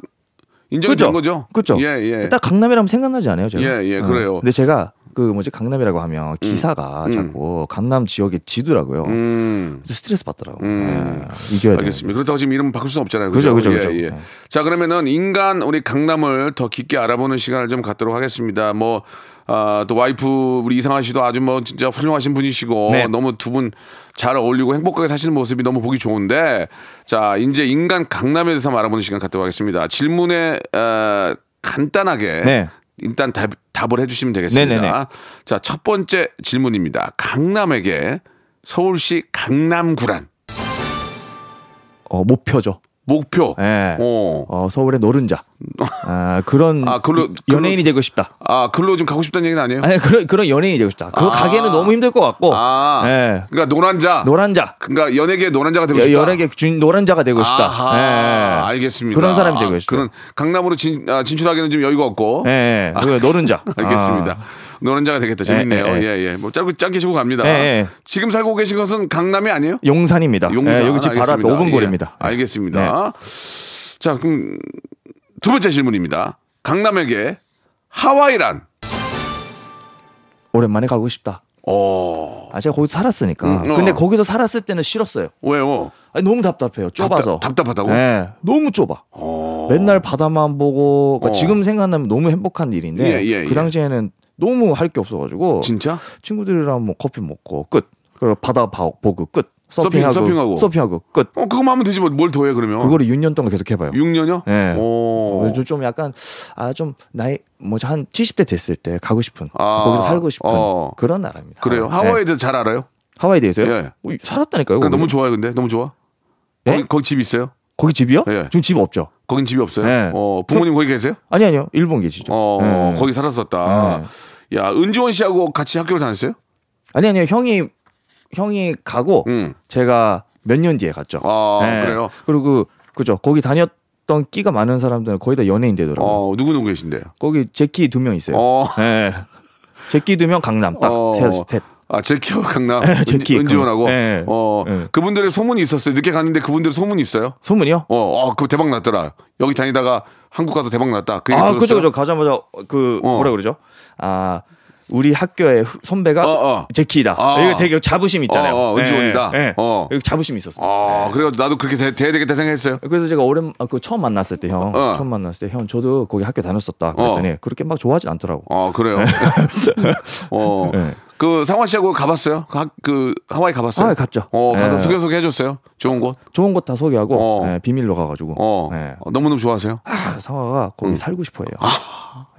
인정이
그죠?
된 거죠?
그렇죠? 그죠?
예, 예.
딱 강남이라면 생각나지 않아요, 제가?
예, 예,
어.
그래요.
근데 제가 그 뭐지 강남이라고 하면 기사가 자꾸 강남 지역의 지도라고요.
음.
그래서 스트레스 받더라고.
음.
예. 이겨야 돼.
알겠습니다. 그렇다고 지금 이름 바꿀 수는 없잖아요.
그죠,
그죠?
그죠,
예,
그죠.
예.
네.
자, 그러면은 인간 우리 강남을 더 깊게 알아보는 시간을 좀 갖도록 하겠습니다. 뭐, 아, 또 와이프 우리 이상아 씨도 아주 뭐 진짜 훌륭하신 분이시고
네.
너무 두 분 잘 어울리고 행복하게 사시는 모습이 너무 보기 좋은데 자, 이제 인간 강남에 대해서 한번 알아보는 시간 갖도록 하겠습니다. 질문에 어, 간단하게
네.
일단 답, 답을 해주시면 되겠습니다.
네네네.
자, 첫 번째 질문입니다. 강남에게 서울시 강남구란
어, 목표죠.
목표.
예.
어.
어, 서울의 노른자. 아, 그런
아, 글로-
연예인이 되고 싶다.
아, 글로 좀 가고 싶다는 얘기는 아니에요?
아니 그런 그런 연예인이 되고 싶다. 그거
아.
가게는 너무 힘들 것 같고.
아.
예.
그러니까 노란자.
노란자.
그러니까 연예계 노란자가 되고 싶다.
여러 개 준, 노란자가 되고 싶다.
아하,
예.
알겠습니다.
그런 사람이 되고
아,
싶다.
그런 강남으로 진, 아, 진출하기는 좀 여유가 없고.
예, 예. 그 노른자.
알겠습니다.
아.
노란자가 되겠다. 재밌네요.
예,
예,
예,
예. 뭐 짧고 짧게 치고 갑니다.
예, 예.
지금 살고 계신 것은 강남이 아니에요?
용산입니다.
용산.
예, 여기 집 바로 앞에
알겠습니다.
5분
예,
거리입니다. 예. 네.
알겠습니다. 자, 그럼 두 번째 질문입니다. 강남에게 하와이란?
오랜만에 가고 싶다.
어,
아, 제가 거기서 살았으니까.
음, 어.
근데 거기서 살았을 때는 싫었어요.
왜요?
아니, 너무 답답해요. 좁아서.
답답- 답답하다고?
예, 너무 좁아. 맨날 바다만 보고 그러니까
어.
지금 생각나면 너무 행복한 일인데
예, 예, 예.
그 당시에는 너무 할 게 없어가지고
진짜?
친구들이랑 뭐 커피 먹고 끝. 그리고 바다 봐- 보고 끝.
서핑,
서핑하고
서핑하고.
서핑하고 끝.
어 그거만 하면 되지 뭘 더 해 그러면?
그거를 6년 동안 계속 해봐요.
6년이요?
예.
오.
요즘 좀 약간 아 좀 나이 뭐한 70대 됐을 때 가고 싶은
아.
거기서 살고 싶은
어.
그런 나라입니다.
그래요.
네.
하와이에 대해서 잘 알아요?
하와이 대해서요?
예.
어, 살았다니까요.
그러니까
거기.
너무 좋아요, 근데 너무 좋아.
예?
거기, 거기 집 있어요?
거기 집이요?
예.
지금 집 없죠.
거긴 집이 없어요.
네.
어, 부모님 거기 계세요?
아니 아니요. 일본 계시죠.
어,
예.
거기 살았었다. 야, 은지원 씨하고 같이 학교를 다녔어요?
아니 아니요. 형이 형이 가고
응.
제가 몇 년 뒤에 갔죠.
음. 아, 그래요?
그리고 그, 그죠. 거기 다녔던 끼가 많은 사람들은 거의 다 연예인 되더라고요.
어, 누구누구 계신데요?
거기 제키 두 명 있어요.
어.
예. 제키 두 명 강남 딱
어.
셋, 셋.
아, 제키와 강남.
예, 제키,
은, 지원하고
강남. 예.
어,
예.
그분들의 소문이 있었어요. 늦게 갔는데 그분들의 소문이 있어요?
소문이요?
어, 어, 그거 대박 났더라. 여기 다니다가 한국 가서 대박 났다. 그 얘기
아,
들었어요?
그죠, 그죠. 가자마자 그
어.
뭐라 그러죠? 아, 우리 학교의 후- 선배가
어, 어.
제키다.
아.
이거 되게 자부심 있잖아요.
어, 어, 은지원이다.
예, 예.
어.
이거 자부심 있었어.
아, 그래가지고 나도 그렇게 돼, 돼야 되겠다 생각했어요.
그래서 제가 오랜 아, 그 처음 만났을 때 형,
어.
처음 만났을 때 형, 저도 거기 학교 다녔었다. 그랬더니 그렇게 막 좋아하진 않더라고.
어, 그래요. 어.
네.
그 상화 씨하고 가봤어요? 그, 학- 그 하와이 가봤어요?
하와이 갔죠.
어, 가서
네.
소개 소개 해줬어요. 좋은 곳.
좋은 곳 다 소개하고
어.
예, 비밀로 가가지고
어, 음.
예.
어, 너무너무 좋아하세요.
아, 성화가 거기 살고 싶어요.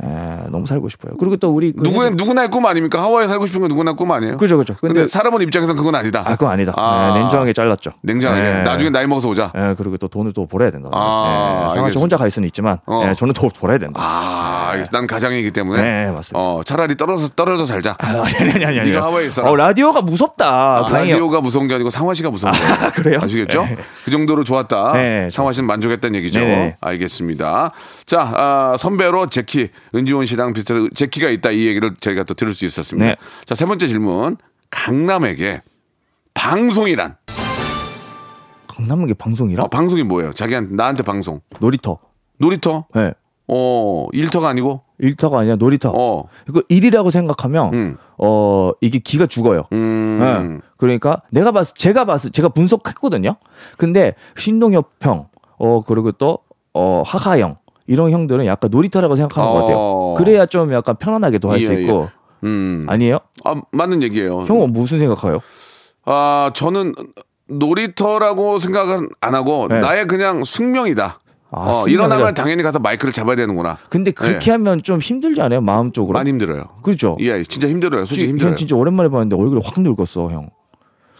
예, 너무 살고 싶어요. 그리고 또 우리 그
아. 누구의 누구나의 꿈 아닙니까? 하와이 살고 싶은 건 누구나 꿈 아니에요?
그죠 그죠.
근데,
근데,
살아본 입장에선 그건 아니다.
아 그건 아니다.
아.
예, 냉정하게 잘랐죠.
냉정하게.
예.
나중에 나이 먹어서 오자.
예, 그리고 또 돈을 또 벌어야 된다.
아,
예, 상하 씨
알겠습니다.
혼자 갈 수는 있지만
어.
예, 저는 돈 벌어야 된다.
아, 알겠어. 난 가장이기 때문에.
네, 맞습니다.
어, 차라리 떨어져 떨어져 살자.
아, 아니 아니 아니 아니.
네가 하와이에 있어라.
어, 라디오가 무섭다.
아,
다행이에요.
라디오가 무서운 게 아니고 상화 씨가 무서운 거예요. 아,
그래요?
시겠죠
네.
그 정도로 좋았다.
네,
상화 씨는 만족했다는 얘기죠.
네.
알겠습니다. 자, 아, 선배로 제키, 은지원 씨랑 비슷한 제키가 있다 이 얘기를 저희가 또 들을 수 있었습니다.
네.
자, 세 번째 질문. 강남에게 방송이란?
강남역에 방송이라
어, 방송이 뭐예요? 자기한테 나한테 방송.
놀이터.
놀이터?
예.
어, 일터가 아니고?
일터가 아니라 놀이터.
어.
이거 일이라고 생각하면
음.
어 이게 기가 죽어요.
음.
예. 그러니까 내가 봤을 제가 봤을 제가 분석했거든요. 근데 신동엽 형, 어 그리고 또어 하하 형 이런 형들은 약간 놀이터라고 생각하는 것
어.
같아요. 그래야 좀 약간 편안하게도 할 수
예,
있고
음.
아니에요?
아, 맞는 얘기예요.
형은 무슨 생각해요?
아, 저는 놀이터라고 생각은 안 하고
네.
나의 그냥 숙명이다.
아,
어,
숙명이라.
일어나면 당연히 가서 마이크를 잡아야 되는구나.
근데 그렇게
예.
하면 좀 힘들지 않아요? 마음 쪽으로?
많이 힘들어요.
그렇죠.
예, 진짜 힘들어요. 솔직히 힘들어요.
형 진짜 오랜만에 봤는데 얼굴이 확 늙었어, 형.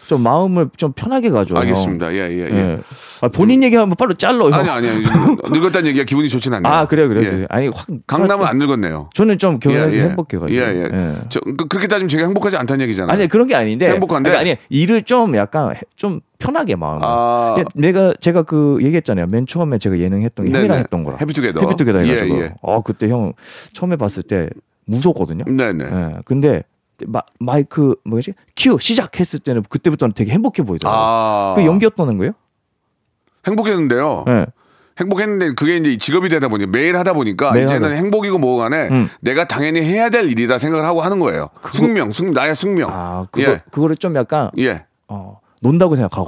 좀 마음을 좀 편하게 가져. 형.
알겠습니다. 예, 예,
예.
예.
아, 본인 얘기하면 바로 잘러. 형.
아니, 아니, 아니. 늙었다는 얘기가 기분이 좋진 않네요.
아, 그래요, 그래요.
예.
그래요. 아니 확
강남은 안 늙었네요.
저는 좀 결혼해서
예, 예.
행복해가지고.
예, 예. 저, 그, 그렇게 따지면 제가 행복하지 않다는 얘기잖아요.
아니 그런 게 아닌데
행복한데?
그러니까 아니 일을 좀 약간 해- 좀 편하게 마음.
아.
아... 내가 제가 그 얘기했잖아요. 맨 처음에 제가 예능 했던 게
네네.
형이랑 했던 거랑
해피투게더.
해피투게더 해가지고.
예, 예.
아 그때 형 처음에 봤을 때 무서웠거든요.
네, 네.
예. 근데 마, 마이크 뭐지 큐 시작했을 때는 그때부터는 되게 행복해 보이더라고요.
아.
그 연기였다는 거예요?
행복했는데요.
예.
행복했는데 그게 이제 직업이 되다 보니 매일 하다 보니까
매일
이제는
하다.
행복이고 뭐고 간에
음.
내가 당연히 해야 될 일이다 생각을 하고 하는 거예요. 숙명, 숙 나의 숙명.
아 그거
예.
그거를 좀 약간
예.
어, 논다고 생각하고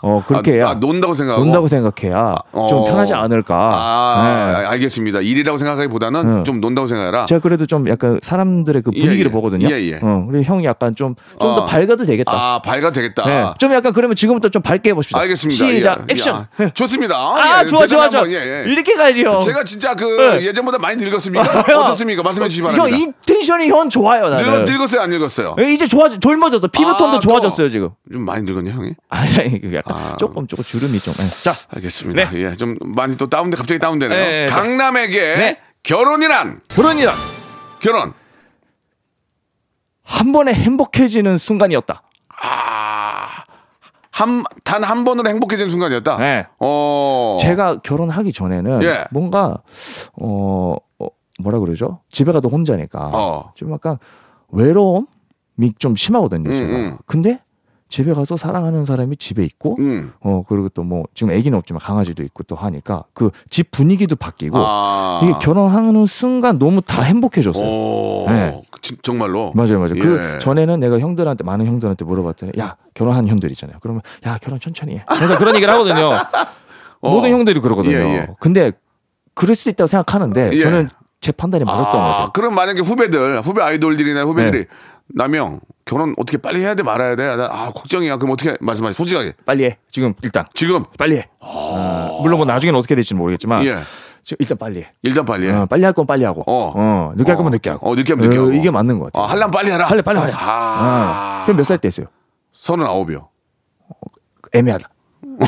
어 그렇게 해야
아, 아, 논다고 생각하고.
논다고 생각해야
어.
좀 편하지 않을까.
아,
예.
알겠습니다. 일이라고 생각하기보다는
음.
좀 논다고 생각해라.
제가 그래도 좀 약간 사람들의 그
예,
분위기를
예.
보거든요.
예, 예.
어, 그리고 형이 약간 좀 좀 더
어.
밝아도 되겠다.
아, 밝아 되겠다.
예, 좀 약간 그러면 지금부터 좀 밝게 해봅시다.
알겠습니다.
시작
예,
액션.
예. 좋습니다.
아
예,
좋아 좋아
대단한
좋아.
분, 예, 예.
이렇게 가야지 형.
제가 진짜 그
예.
예전보다 많이 늙었습니까?
형.
어떻습니까? 말씀해 주시기 바랍니다.
형 인텐션이 네. 형 좋아요 나는.
늙었, 늙었어요, 안 늙었어요?
예, 이제 좋아 젊어졌어. 피부
아,
톤도
또.
좋아졌어요 지금.
좀 많이 늙었냐, 형이?
아니 아니, 그 약간 조금 조금 주름이 좀. 예. 자
알겠습니다. 예, 좀 많이 또 다운돼 갑자기 다운되네요.
네, 네, 네.
강남에게
네.
결혼이란
결혼이란
결혼.
한 번에 행복해지는 순간이었다.
아, 한단 한 번으로 행복해지는 순간이었다.
네.
어,
제가 결혼하기 전에는
예.
뭔가 어, 어, 뭐라 그러죠? 집에 가도 혼자니까
어.
좀 약간 외로움이 좀 심하거든요.
음,
제가.
음.
근데 집에 가서 사랑하는 사람이 집에 있고
음.
어 그리고 또 뭐 지금 아기는 없지만 강아지도 있고 또 하니까 그 집 분위기도 바뀌고
아,
뭐, 이게 결혼하는 순간 너무 다 행복해졌어요.
오,
네.
그 진- 정말로.
맞아요, 맞아요.
예.
그 전에는 내가 형들한테 많은 형들한테 물어봤더니 야 결혼한 형들 있잖아요. 그러면 야 결혼 천천히 해. 그래서 그런 얘기를 하거든요.
어.
모든 형들이 그러거든요.
예, 예.
근데 그럴 수도 있다고 생각하는데
예.
저는 제 판단이 맞았던 네.
아,
거죠.
그럼 만약에 후배들, 후배 아이돌들이나 후배들이 남영 결혼 어떻게 빨리 해야 돼 말아야 돼? 나, 아 걱정이야. 그럼 어떻게 말씀하세요? 솔직하게
빨리 해. 지금 일단
지금
빨리 해. 어, 물론 뭐 나중에는 어떻게 될지는 모르겠지만
아. 예.
지금 일단 빨리 해.
일단 빨리 해.
어, 빨리 할 건 빨리 하고.
예. 어.
어. 늦게
어.
할 거면 늦게 하고.
어, 늦게 하면 늦게
어,
하고.
이게 맞는 거
아,
같아요.
할란 빨리 해라.
빨리 빨리 빨리.
아,
어. 그럼 몇 살 때였어요?
서른아홉이요.
애매하다.
예,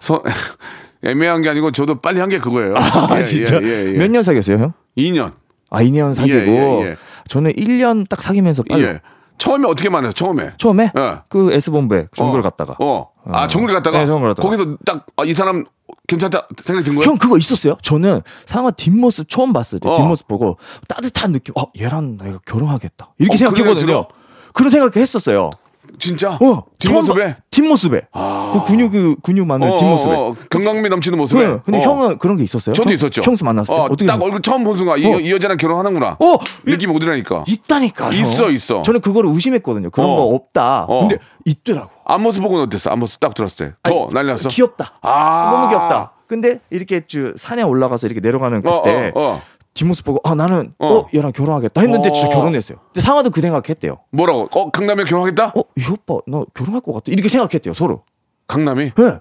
서, 애매한 게 아니고 저도 빨리 한 게 그거예요.
아 진짜 몇 년 사귀었어요, 형?
2년.
아 2년 사귀고
예, 예.
저는 1년 딱 사귀면서 빨리
예. 처음에 어떻게 만났어? 처음에.
처음에
예.
그 S 본부에 정글
어,
갔다가
어. 아,
어.
정글 갔다가.
네, 정글 갔다가.
거기서 딱 아, 이 사람 괜찮다 생각이 든 거예요?
형 그거 있었어요? 저는 상아 뒷모습 처음 봤을 때
어.
뒷모습 보고 따뜻한 느낌. 어 얘랑 내가 결혼하겠다 이렇게
어, 그래,
생각했거든요.
들어.
그런 생각했었어요.
진짜?
어
뒷모습에? 아.
처음 봐- 뒷모습에 그 근육 근육 많은
어,
뒷모습에.
어, 어, 건강미 넘치는 모습에.
네, 근데
어.
형은 그런 게 있었어요?
저도
형-
있었죠.
형수 만났을 때
어,
어, 떻게
딱 얼굴 처음 본 순간 이,
어.
이 여자랑 결혼하는구나.
어
느낌 오더라니까.
있다니까. 형.
있어, 있어.
저는 그거를 의심했거든요. 그런
어.
거 없다.
어.
근데 있더라고.
앞모습 보고는 어땠어? 앞모습 딱 들었을 때. 더 난리 났어?
귀엽다.
아.
너무 귀엽다. 근데 이렇게 쭉 산에 올라가서 이렇게 내려가는
어,
그때
어, 어.
뒷모습 보고 아 나는 어,
어.
얘랑 결혼하겠다 했는데
어.
진짜 결혼했어요. 근데 상아도 그 생각했대요.
뭐라고? 어, 강남에 결혼하겠다?
어 이 오빠 나 결혼할 것 같아 이렇게 생각했대요 서로.
강남이?
예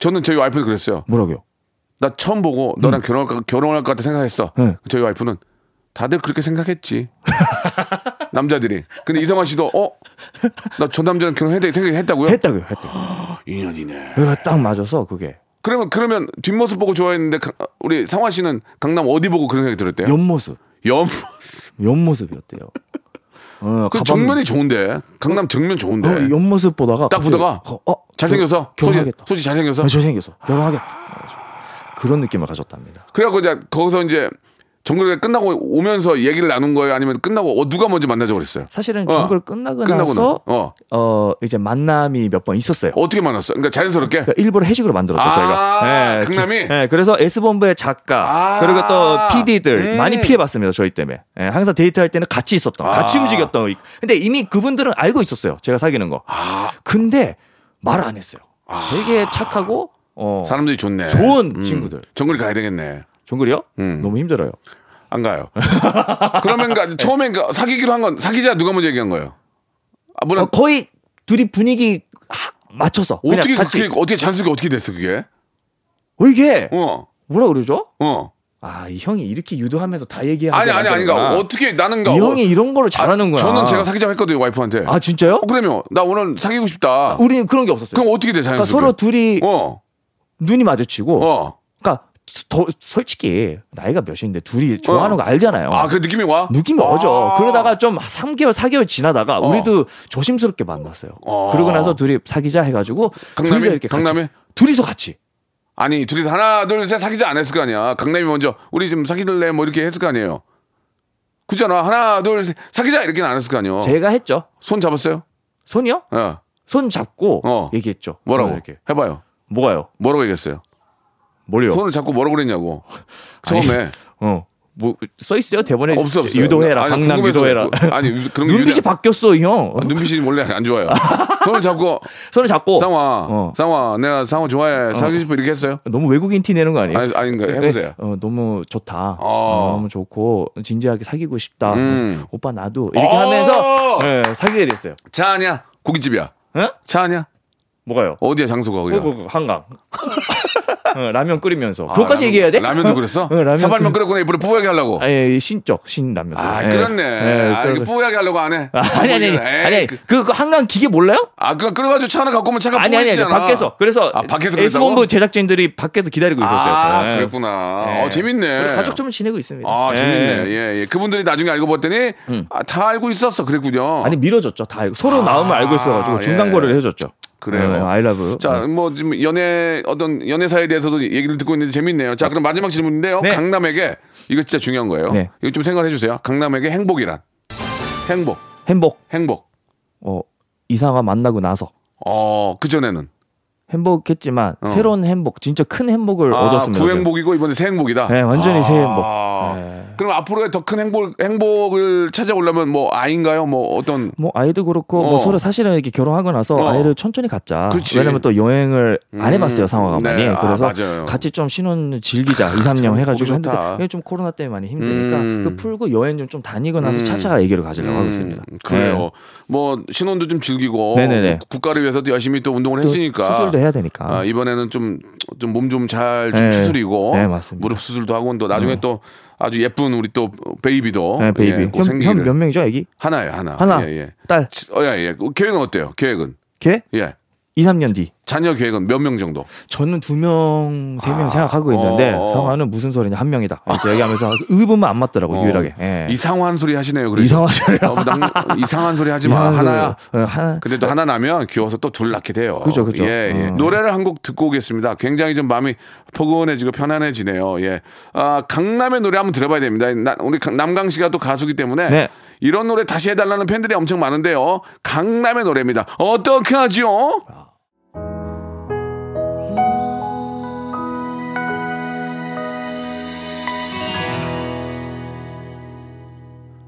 저는 저희 와이프도 그랬어요.
뭐라고요?
나 처음 보고 너랑 결혼할, 것- 결혼할 것 같아 생각했어.
네.
저희 와이프는 다들 그렇게 생각했지. 남자들이. 근데 이성환 씨도 어? 나 저 남자랑 결혼해야 돼 생각했다고요?
했다고요 했다.
2년이네.
얘가 딱 맞아서 그게
그러면 그러면 뒷모습 보고 좋아했는데 가- 우리 상환 씨는 강남 어디 보고 그런 생각이 들었대요?
옆모습
옆.
옆모습이었대요. 어,
그
가방-
정면이 좋은데. 강남 정면 좋은데.
어, 옆모습 보다가
네. 딱
갑자기,
보다가
어, 어,
잘생겨서
결- 결혼하겠다.
솔직히 잘생겨서
아, 저 생겼어 결혼하겠다. 아, 저- 그런 느낌을 가졌답니다.
그래갖고 이제 거기서 이제 정글이 끝나고 오면서 얘기를 나눈 거예요 아니면 끝나고 어, 누가 먼저 만나자고 그랬어요
사실은
어.
정글 끝나고
끝나고
나서
나- 어.
어. 이제 만남이 몇 번 있었어요.
어떻게 만났어 그러니까 자연스럽게
그러니까 일부러 회식으로 만들었죠
아,
저희가.
강남이?
그- 예, 그래서 S 본부의 작가
아.
그리고 또 PD들
음.
많이 피해봤습니다 저희 때문에. 예, 항상 데이트할 때는 같이 있었던, 같이
아.
움직였던. 근데 이미 그분들은 알고 있었어요 제가 사귀는 거.
아.
근데 말을 안 했어요. 되게 착하고 어,
사람들이 좋네 음.
좋은 친구들.
정글 가야 되겠네
종글이요?
음.
너무 힘들어요.
안 가요 그러면 그러니까 처음에 그러니까 사귀기로 한 건 사귀자 누가 먼저 얘기한 거예요 아 물론
어, 거의 둘이 분위기 하- 맞춰서 그냥
어떻게
같이.
그게 어떻게 자연스럽게 어떻게 됐어 그게
어, 이게
어어 어.
뭐라 그러죠? 아, 이 형이 이렇게 유도하면서 다 얘기하는
아니 아니 아니가 어떻게 나는 가 아,
이 형이 이런 거를 잘하는 거야.
저는 제가 사귀자고 했거든요 와이프한테
아, 진짜요?
어, 그러면 나 오늘 사귀고 싶다
우리는 그런 게 없었어요.
그럼 어떻게 돼
그러니까
자연스럽게
서로 둘이
어
눈이 마주치고
어.
그러니까 더 솔직히 나이가 몇인데 둘이 좋아하는
어.
거 알잖아요.
아, 그 느낌이 와?
느낌이 오죠.
아.
그러다가 좀 3개월, 4개월 지나다가 우리도 조심스럽게 만났어요.
어.
그러고 나서 둘이 사귀자 해가지고
강남에?
둘이 이렇게 같이-
강남에?
둘이서 같이
아니, 둘이서 하나, 둘, 셋 사귀자 안 했을 거 아니야. 강남이 먼저, 우리 지금 사귀길래 뭐 이렇게 했을 거 아니에요. 그잖아. 하나, 둘, 셋, 사귀자! 이렇게는 안 했을 거 아니에요.
제가 했죠.
손 잡았어요?
손이요?
예.
손 잡고
어.
얘기했죠.
뭐라고?
네, 이렇게.
해봐요.
뭐가요?
뭐라고 얘기했어요?
뭘요?
손을 잡고 뭐라고 그랬냐고.
아니,
처음에.
어. 뭐 써 있어요 대본에
없어, 없어.
유도해라
아니,
강남
궁금해서
유도해라
그- 아니, 유- 그런 게
눈빛이
유도야.
바뀌었어 이 형.
아, 눈빛이 원래 안 좋아요. 손을 잡고,
손을 잡고
상화,
어.
상화, 내가 상화 좋아해. 사귀고 싶어. 이렇게 했어요?
너무 외국인 티 내는 거 아니에요?
아니, 아닌가? 해보세요.
어, 너무 좋다.
어.
어, 너무 좋고 진지하게 사귀고 싶다.
음.
오빠 나도 이렇게
어.
하면서 예, 사귀게 됐어요.
차 아니야? 고깃집이야?
예?
차 아니야?
뭐가요?
어디야, 장소가 거기야?
그, 그, 그, 한강. 어, 라면 끓이면서
아,
그것까지
라면-
얘기해야 돼?
라면도 그랬어?
어, 라면
사발면
끓-
끓였구나 입으로 부하게 하려고.
아니 예, 신적 신라면. 예.
아, 그렇네. 아, 이거 뿌옇게 하려고 안 해.
아니 아니 아니
에이,
아니
그-
그, 그 한강 기계 몰라요?
아, 그거 끓여가지고 차 하나 갖고 오면 차가
아니 아니 아니
뿌옇잖아.
밖에서 그래서
아, 밖에서 그랬다고?
S본부 제작진들이 밖에서 기다리고 있었어요.
아,
예.
그랬구나.
예.
어, 재밌네.
우리 가족 좀 지내고 있습니다.
아,
예. 음.
재밌네. 예, 예. 그분들이 나중에 알고 봤더니, 아, 다 알고 있었어. 그랬군요.
아니 밀어줬죠. 다 알고 서로 나음을 알고 있어가지고
예.
중간고를 해줬죠. 예,
그래요.
아이라브.
자, 뭐, 지금 연애, 어떤 연애사에 대해서도 얘기를 듣고 있는데 재밌네요. 자, 그럼 마지막 질문인데요.
네.
강남에게, 이거 진짜 중요한 거예요.
네.
이거 좀 생각해 주세요. 강남에게 행복이란. 행복,
행복.
행복.
어 이상화 만나고 나서
어, 그전에는.
행복했지만
어.
새로운 행복, 진짜 큰 행복을
아,
얻었습니다.
구행복이고 이번에 새행복이다.
네, 완전히
아,
새 행복. 네.
그럼 앞으로의 더 큰 행복 행복을 찾아오려면 뭐 아인가요? 뭐 어떤
뭐 아이도 그렇고
어.
뭐 서로 사실은 이렇게 결혼하고 나서
어.
아이를 천천히 갖자.
그치.
왜냐면 또 여행을 안 해봤어요 상황
네.
어머니.
아,
그래서
맞아요.
같이 좀 신혼 즐기자 2, 3년 해가지고
보기 좋다.
했는데 이게 좀 코로나 때문에 많이 힘드니까
음.
그 풀고 여행 좀 좀 다니고 나서
음.
차차 얘기를 가지려고 하고 있습니다.
음, 그래요.
네.
뭐 신혼도 좀 즐기고 뭐
네네네.
국가를 위해서도 열심히 또 운동을
또
했으니까
수술도 해야 되니까.
아, 이번에는 좀 좀 몸 좀 잘 좀
네.
추스리고
네, 맞습니다.
무릎 수술도 하고 또 나중에 또 아주 예쁜 우리 또 베이비도
네,
예,
베이비.
꼭 생기기를
형 몇 명이죠, 아기?
하나예요 하나
하나,
예, 예.
딸,
치- 어, 예, 예. 그 계획은 어때요? 계획은
걔?
예
2, 3년 뒤.
자녀 계획은 몇 명 정도?
저는 두 명, 세 명 생각하고 있는데
아, 어, 어.
상화는 무슨 소리냐 한 명이다. 이렇게 얘기하면서 의분만 안 맞더라고
어,
유일하게. 예.
이상한 소리 하시네요. 그래서.
이상한 소리.
너무 낭- 이상한 소리 하지 마.
이상한
하나야. 그,
소리. 예, 하나.
근데 또 하나 나면 귀여워서 또 둘 낳게 돼요.
그죠, 그죠.
예, 예.
어.
노래를 한 곡 듣고 오겠습니다. 굉장히 좀 마음이 포근해지고 편안해지네요. 예. 아, 강남의 노래 한번 들어봐야 됩니다. 나- 우리 강- 남강 씨가 또 가수기 때문에
네.
이런 노래 다시 해달라는 팬들이 엄청 많은데요. 강남의 노래입니다. 어떻게 하지요?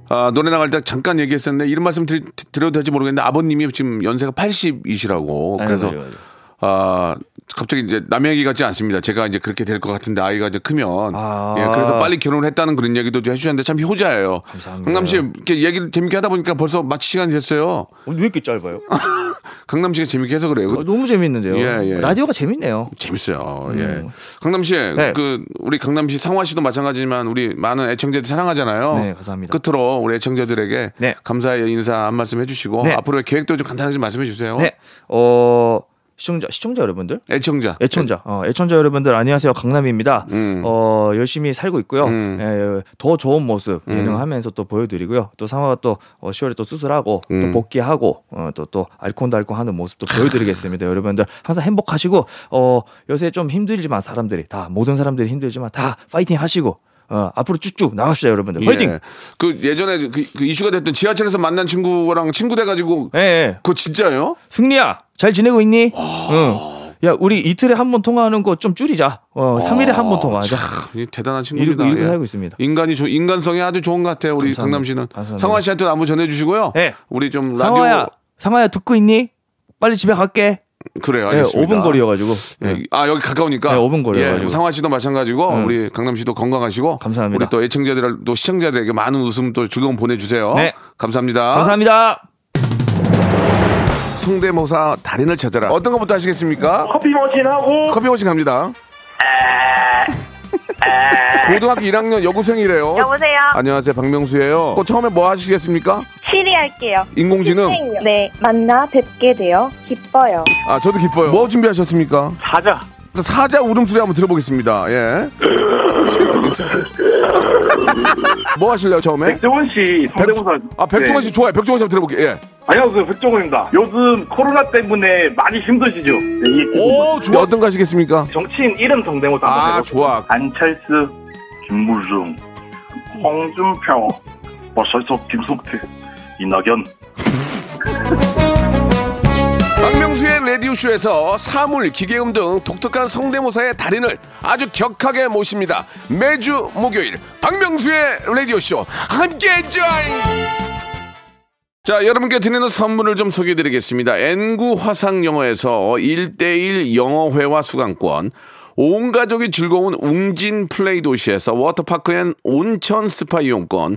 아, 노래 나갈 때 잠깐 얘기했었는데 이런 말씀 드리, 드려도 될지 모르겠는데 아버님이 지금 연세가 80이시라고 그래서
맞아요, 맞아요.
아 갑자기 이제 남의 얘기 같지 않습니다. 제가 이제 그렇게 될 것 같은데 아이가 이제 크면
아.
예, 그래서 빨리 결혼을 했다는 그런 얘기도 좀 해주셨는데 참 효자예요.
감사합니다.
강남 씨 이렇게 얘기를 재밌게 하다 보니까 벌써 마치 시간이 됐어요.
오늘 왜 이렇게 짧아요?
강남 씨가 재밌게 해서 그래요.
어, 너무 재밌는데요.
예, 예.
라디오가 재밌네요.
재밌어요.
음.
예. 강남 씨,
네.
그 우리 강남 씨, 상화 씨도 마찬가지지만 우리 많은 애청자들 사랑하잖아요.
네, 감사합니다.
끝으로 우리 애청자들에게
네.
감사의 인사 한 말씀 해주시고
네.
앞으로의 계획도 좀 간단하게 좀 말씀해 주세요.
네. 어, 시청자 시청자 여러분들
애청자.
애청자, 어, 애청자 여러분들 안녕하세요 강남입니다. 어, 열심히 살고 있고요. 예, 더 좋은 모습 예능하면서 또 보여드리고요. 또 상화가 또 어, 10월에 또 수술하고 또 복귀하고 어, 또또 알콩달콩하는 모습도 보여드리겠습니다. 여러분들 항상 행복하시고 어, 요새 좀 힘들지만 사람들이 다 모든 사람들이 힘들지만 다 파이팅 하시고 어, 앞으로 쭉쭉 나갑시다 여러분들 파이팅.
예. 그 예전에 그, 그 이슈가 됐던 지하철에서 만난 친구랑 친구 돼가지고
예, 예.
그거 진짜예요?
승리야 잘 지내고 있니?
아.
응. 야 우리 이틀에 한 번 통화하는 거 좀 줄이자. 어, 3일에 한 번 통화하자.
아, 참, 이 대단한
이러고
친구입니다.
이러고
예.
살고 있습니다.
인간이 조, 인간성이 아주 좋은 것 같아요. 우리
감사합니다.
강남 씨는
감사합니다.
상화 씨한테 안부 전해주시고요.
네.
우리 좀 라디오
상화야, 상화야 듣고 있니? 빨리 집에 갈게.
그래요.
네,
알겠습니다.
5분 거리여가지고.
예.
네.
아 여기 가까우니까
네, 5분 거리여가지고. 음.
예, 상화 씨도 마찬가지고 우리 강남 씨도 건강하시고
감사합니다.
우리 또 애청자들 또 시청자들에게 많은 웃음 또 즐거움 보내주세요.
네.
감사합니다.
감사합니다.
성대모사 달인을 찾아라. 어떤 것부터 하시겠습니까?
커피 머신하고
커피 오신 갑니다. 고등학교 1학년 여고생이래요.
여보세요.
안녕하세요, 박명수예요. 어, 처음에 뭐 하시겠습니까?
시리 할게요.
인공지능.
선생님. 네. 만나 뵙게 되어 기뻐요.
아, 저도 기뻐요. 뭐 준비하셨습니까?
사자.
사자 울음소리 한번 들어보겠습니다. 예. 뭐 하실래요 처음에?
백종원 씨 성대모사.
아 백종원 씨
네.
좋아요. 백종원 씨 한번 들어볼게요. 예.
안녕하세요 백종원입니다. 요즘 코로나 때문에 많이 힘드시죠? 네, 이
오 좋아. 어떤 거 하시겠습니까?
정치인 이름 성대모사. 한번
아
해볼게요.
좋아.
안철수, 김무중, 홍준표, 뭐 버설석, 김성태, 이낙연.
박명수의 라디오 쇼에서 사물, 기계음 등 독특한 성대모사의 달인을 아주 격하게 모십니다. 매주 목요일 박명수의 라디오 쇼 함께 join. 자, 여러분께 드리는 선물을 좀 소개해 드리겠습니다. N구 화상 영어에서 1대1 영어회화 수강권, 온 가족이 즐거운 웅진 플레이 도시에서 워터파크 앤 온천 스파 이용권,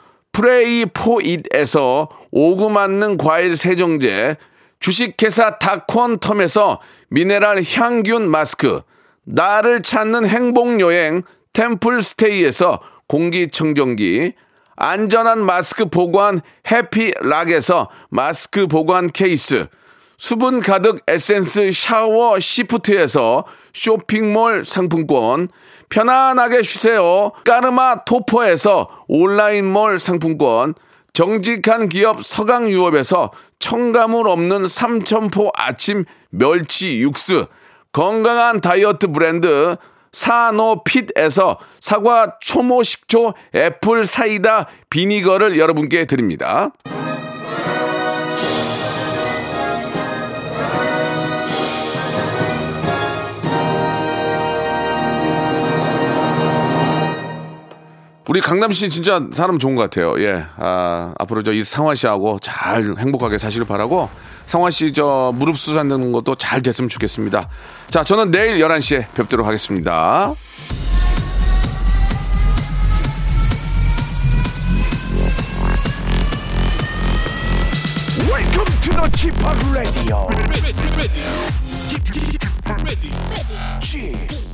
프레이 포잇에서 오구 맞는 과일 세정제, 주식회사 다콘텀에서 미네랄 향균 마스크, 나를 찾는 행복여행 템플스테이에서 공기청정기, 안전한 마스크 보관 해피락에서 마스크 보관 케이스, 수분 가득 에센스 샤워 시프트에서 쇼핑몰 상품권, 편안하게 쉬세요. 까르마 토퍼에서 온라인몰 상품권, 정직한 기업 서강유업에서 첨가물 없는 삼천포 아침 멸치 육수, 건강한 다이어트 브랜드 사노핏에서 사과 초모 식초 애플 사이다 비니거를 여러분께 드립니다. 우리 강남 씨 진짜 사람 좋은 것 같아요. 예. 아, 앞으로 저 이 상화 씨하고 잘 행복하게 사시길 바라고 상화 씨 저 무릎 수산되는 것도 잘 됐으면 좋겠습니다. 자, 저는 내일 11시에 뵙도록 하겠습니다.
Welcome to the Chip Radio.
ready, ready, ready, ready.
Chip